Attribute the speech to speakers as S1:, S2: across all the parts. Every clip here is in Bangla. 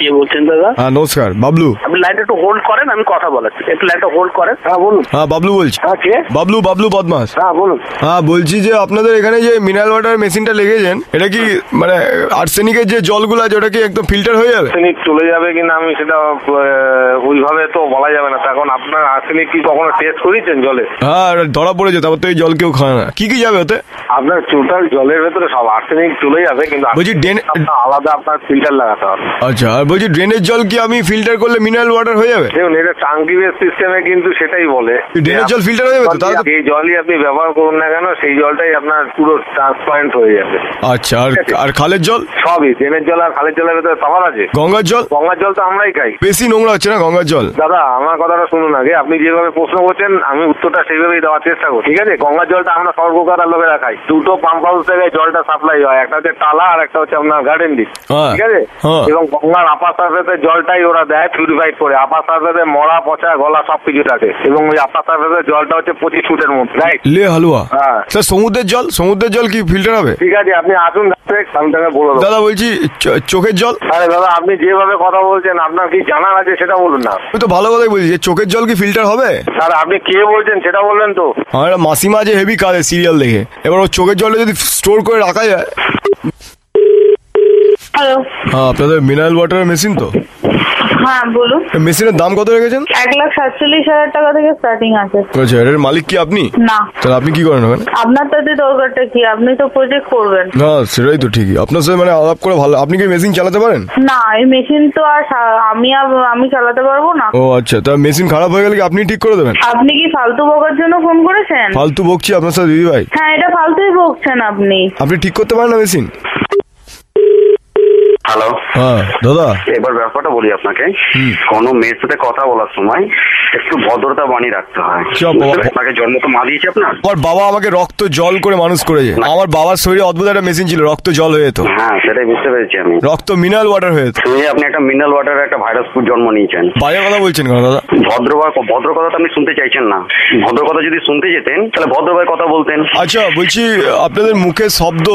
S1: কে বলছেন দাদা
S2: হ্যাঁ নমস্কার বাবলু
S1: আপনি লাইনটা একটু হোল্ড করেন আমি কথা বলাচ্ছি একটু লাইনটা হোল্ড করেন হ্যাঁ বলুন
S2: হ্যাঁ বাবলু বলছি
S1: হ্যাঁ কে
S2: বাবলু বাবলু বদমাস
S1: হ্যাঁ বলুন
S2: হ্যাঁ বলছি যে আপনাদের এখানে যে মিনারেল ওয়াটার মেশিনটা লেগেছেন এটা কি মানে আর্সেনিকের যে জলগুলো আছে ওটা কি একদম ফিল্টার হয়ে যাবে
S3: আর্সেনিক চলে যাবে কিনা আমি সেটা আহ, ওইভাবে তো বলা যাবে না তখন আপনার আর্সেনিক কি কখনো টেস্ট করেছেন জলে
S2: হ্যাঁ এটা ধরা পড়েছে তারপর তো এই জল কেউ খায় না কি কি যাবে ওতে
S3: আপনার টোটাল জলের ভেতরে সব আর্সেনিক চলে যাবে কিন্তু
S2: বলছি
S3: arsenic
S2: ড্রেন-
S3: আপনার আলাদা আপনার ফিল্টার লাগাতে হবে
S2: আচ্ছা আর বলছি ড্রেনের জল কি আমি ফিল্টার করলে মিনারেল ওয়াটার হয়ে যাবে
S3: দেখুন এটা টাঙ্কি বেস সিস্টেমে কিন্তু সেটাই বলে
S2: ড্রেনের জল ফিল্টার হয়ে যাবে তো তাহলে তো-
S3: যে জলই আপনি ব্যবহার করুন না কেন সেই জলটাই আপনার পুরো ট্রান্সপারেন্ট হয়ে যাবে
S2: আচ্ছা আর আর খালের জল
S3: সবই ড্রেনের জল আর খালের জলের ভেতরে তফাৎ আছে
S2: গঙ্গার জল
S3: গঙ্গার জল তো আমরাই খাই
S2: বেশি নোংরা হচ্ছে না গঙ্গার জল
S3: দাদা আমার কথাটা শুনুন আগে আপনি যেভাবে প্রশ্ন করছেন আমি উত্তরটা সেইভাবেই দেওয়ার চেষ্টা করি ঠিক আছে গঙ্গার জলটা আমরা সর্বকাতার লোকেরা খাই দুটো পাম্প হাউস থেকে জলটা সাপ্লাই হয় একটা হচ্ছে টালা আর একটা হচ্ছে আপনার গার্ডেন দিক
S2: হ্যাঁ।
S3: ঠিক আছে
S2: হ্যাঁ।
S3: এবং গঙ্গার আপার সার্ফেসে জলটাই ওরা দেয় পিউরিফাইড করে আপার সার্ফেসে মরা পচা গলা সব কিছু থাকে এবং ওই আপার সার্ফেসের জলটা হচ্ছে পঁচিশ ফুটের মধ্যে রাইট
S2: লে হালুয়া
S3: হ্যাঁ।
S2: স্যার সমুদ্রের জল সমুদ্রের জল কি ফিল্টার হবে
S3: ঠিক আছে আপনি আসুন রাত্রে আমি তাকে বলে দেবো
S2: দাদা বলছি চ- চোখের জল
S3: আরে দাদা আপনি যেভাবে কথা বলছেন আপনার কি জানার আছে সেটা বলুন না
S2: আমি তো ভালো কথাই বলছি যে চোখের জল কি ফিল্টার হবে
S3: স্যার আপনি কে বলছেন সেটা বললেন তো
S2: আমার একটা মাসিমা যে হেভি কাজে সিরিয়াল দেখে এবার ওর চোখের জলে যদি স্টোর করে রাখা যায়
S4: হ্যালো
S2: হ্যাঁ আপনাদের মিনারেল ওয়াটার মেশিন তো
S4: হ্যাঁ বলুন
S2: মেশিনের দাম কত রেখেছেন
S4: এক লাখ সাতচল্লিশ হাজার টাকা থেকে স্টার্টিং আছে
S2: আচ্ছা এটার মালিক কি আপনি
S4: না
S2: তাহলে আপনি কি করেন ওখানে
S4: আপনার তাতে দরকারটা কি আপনি তো প্রজেক্ট করবেন
S2: না সেটাই তো ঠিকই আপনার সাথে মানে আলাপ করে ভালো আপনি কি মেশিন চালাতে পারেন
S4: না এই মেশিন তো আর সা- আমি আব- আমি চালাতে পারবো না
S2: ও আচ্ছা তা মেশিন খারাপ হয়ে গেলে কি আপনি ঠিক করে দেবেন
S4: আপনি কি ফালতু বকার জন্য ফোন করেছেন
S2: ফালতু বকছি আপনার সাথে দিদি ভাই
S4: হ্যাঁ এটা ফালতুই বকছেন আপনি
S2: আপনি ঠিক করতে পারেন না মেশিন
S5: হ্যালো
S2: হ্যাঁ দাদা
S5: এবার ব্যাপারটা বলি আপনাকে কোনো মেয়ের সাথে কথা বলার সময় একটু ভদ্রতা বানিয়ে রাখতে হয়
S2: চপ বাবা।
S5: বুঝতে পেরেছেন? আপনাকে জন্ম তো মা দিয়েছে আপনার
S2: আমার বাবা আমাকে রক্ত জল করে মানুষ করেছে আমার বাবার শরীরে অদ্ভুত একটা মেশিন ছিল রক্ত জল হয়ে যেত
S5: হ্যাঁ সেটাই বুঝতে পেরেছি আমি
S2: রক্ত মিনারেল ওয়াটার হয়ে যেত
S5: শুনে আপনি একটা মিনারেল ওয়াটারের একটা ভাইরাস জন্ম নিয়েছেন
S2: বাজে কথা বলছেন কেন দাদা
S5: ভদ্র বা- ভদ্র কথা তো আপনি শুনতে চাইছেন না ভদ্র কথা যদি শুনতে যেতেন তাহলে ভদ্রভাবে কথা বলতেন
S2: আচ্ছা বলছি আপনাদের মুখে শব্দ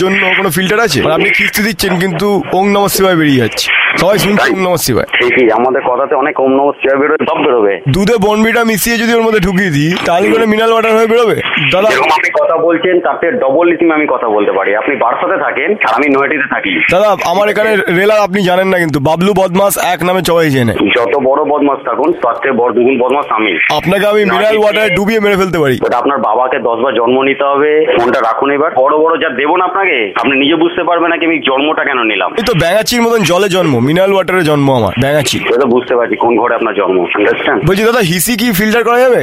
S2: জন্য কোনো ফিল্টার আছে মানে আপনি খিস্তি দিচ্ছেন কিন্তু ওং নম শিবায় বেরিয়ে যাচ্ছে সবাই শুনছে ওং নম শিবায়
S5: ঠিকই আমাদের কথাতে অনেক কম নম্বর চেয়ার বেরোবে সব বেরোবে
S2: দুধে বনবিটা মিশিয়ে যদি ওর মধ্যে ঢুকিয়ে দিই তাহলে করে মিনাল ওয়াটার হয়ে বেরোবে দাদা
S5: যেরকম আপনি কথা বলছেন তাতে ডবল লিসিমে আমি কথা বলতে পারি আপনি বারসাতে থাকেন আর আমি নয়টিতে থাকি
S2: দাদা আমার এখানে রেলার আপনি জানেন না কিন্তু বাবলু বদমাস এক নামে সবাই চেনে
S5: যত বড় বদমাস থাকুন তার চেয়ে বড় দুগুণ বদমাস আমি
S2: আপনাকে আমি মিনারেল ওয়াটারে ডুবিয়ে মেরে ফেলতে পারি
S5: বাট আপনার বাবাকে দশবার জন্ম নিতে হবে ফোনটা রাখুন এবার বড় বড় যা দেবো না আপনাকে আপনি নিজে বুঝতে পারবেন না কি আমি জন্মটা কেন নিলাম
S2: এই তো ব্যাঙাচির মতন জলে জন্ম মিনারেল ওয়াটারে জন্ম আমার ব্যাঙাচি
S5: সেটা বুঝতে পারছি কোন ঘরে আপনার জন্ম আন্ডারস্ট্যান্ড
S2: বলছি দাদা হিসি কি ফিল্টার করা যাবে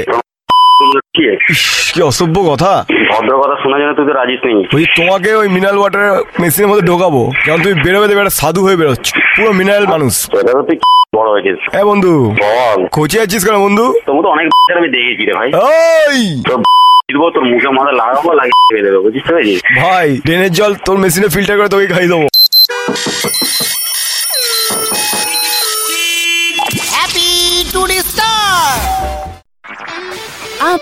S5: কি
S2: ইস, কি অসভ্য কথা
S5: ভদ্র কথা শোনার জন্য তুই তো রাজিস নেই
S2: বলছি তোমাকে ওই মিনারেল ওয়াটারের মেশিনের মধ্যে ঢোকাবো যখন তুমি বেরোবে দেবে একটা সাধু হয়ে বেরোচ্ছ পুরো মিনারেল মানুষ
S5: সেটা তো তুই বড় হয়েছিস
S2: এ বন্ধু
S5: বল
S2: খোঁজে আছিস কেন বন্ধু
S5: তোর মতো অনেক আমি দেখেছি রে ভাই
S2: ওই
S5: তোর দিবো, তোর মুখে মাথা লাগাবো লাগিয়ে দেবে বুঝিস পেরেছিস
S2: ভাই ড্রেনের জল তোর মেশিনে ফিল্টার করে তোকে খাই দেবো
S6: आप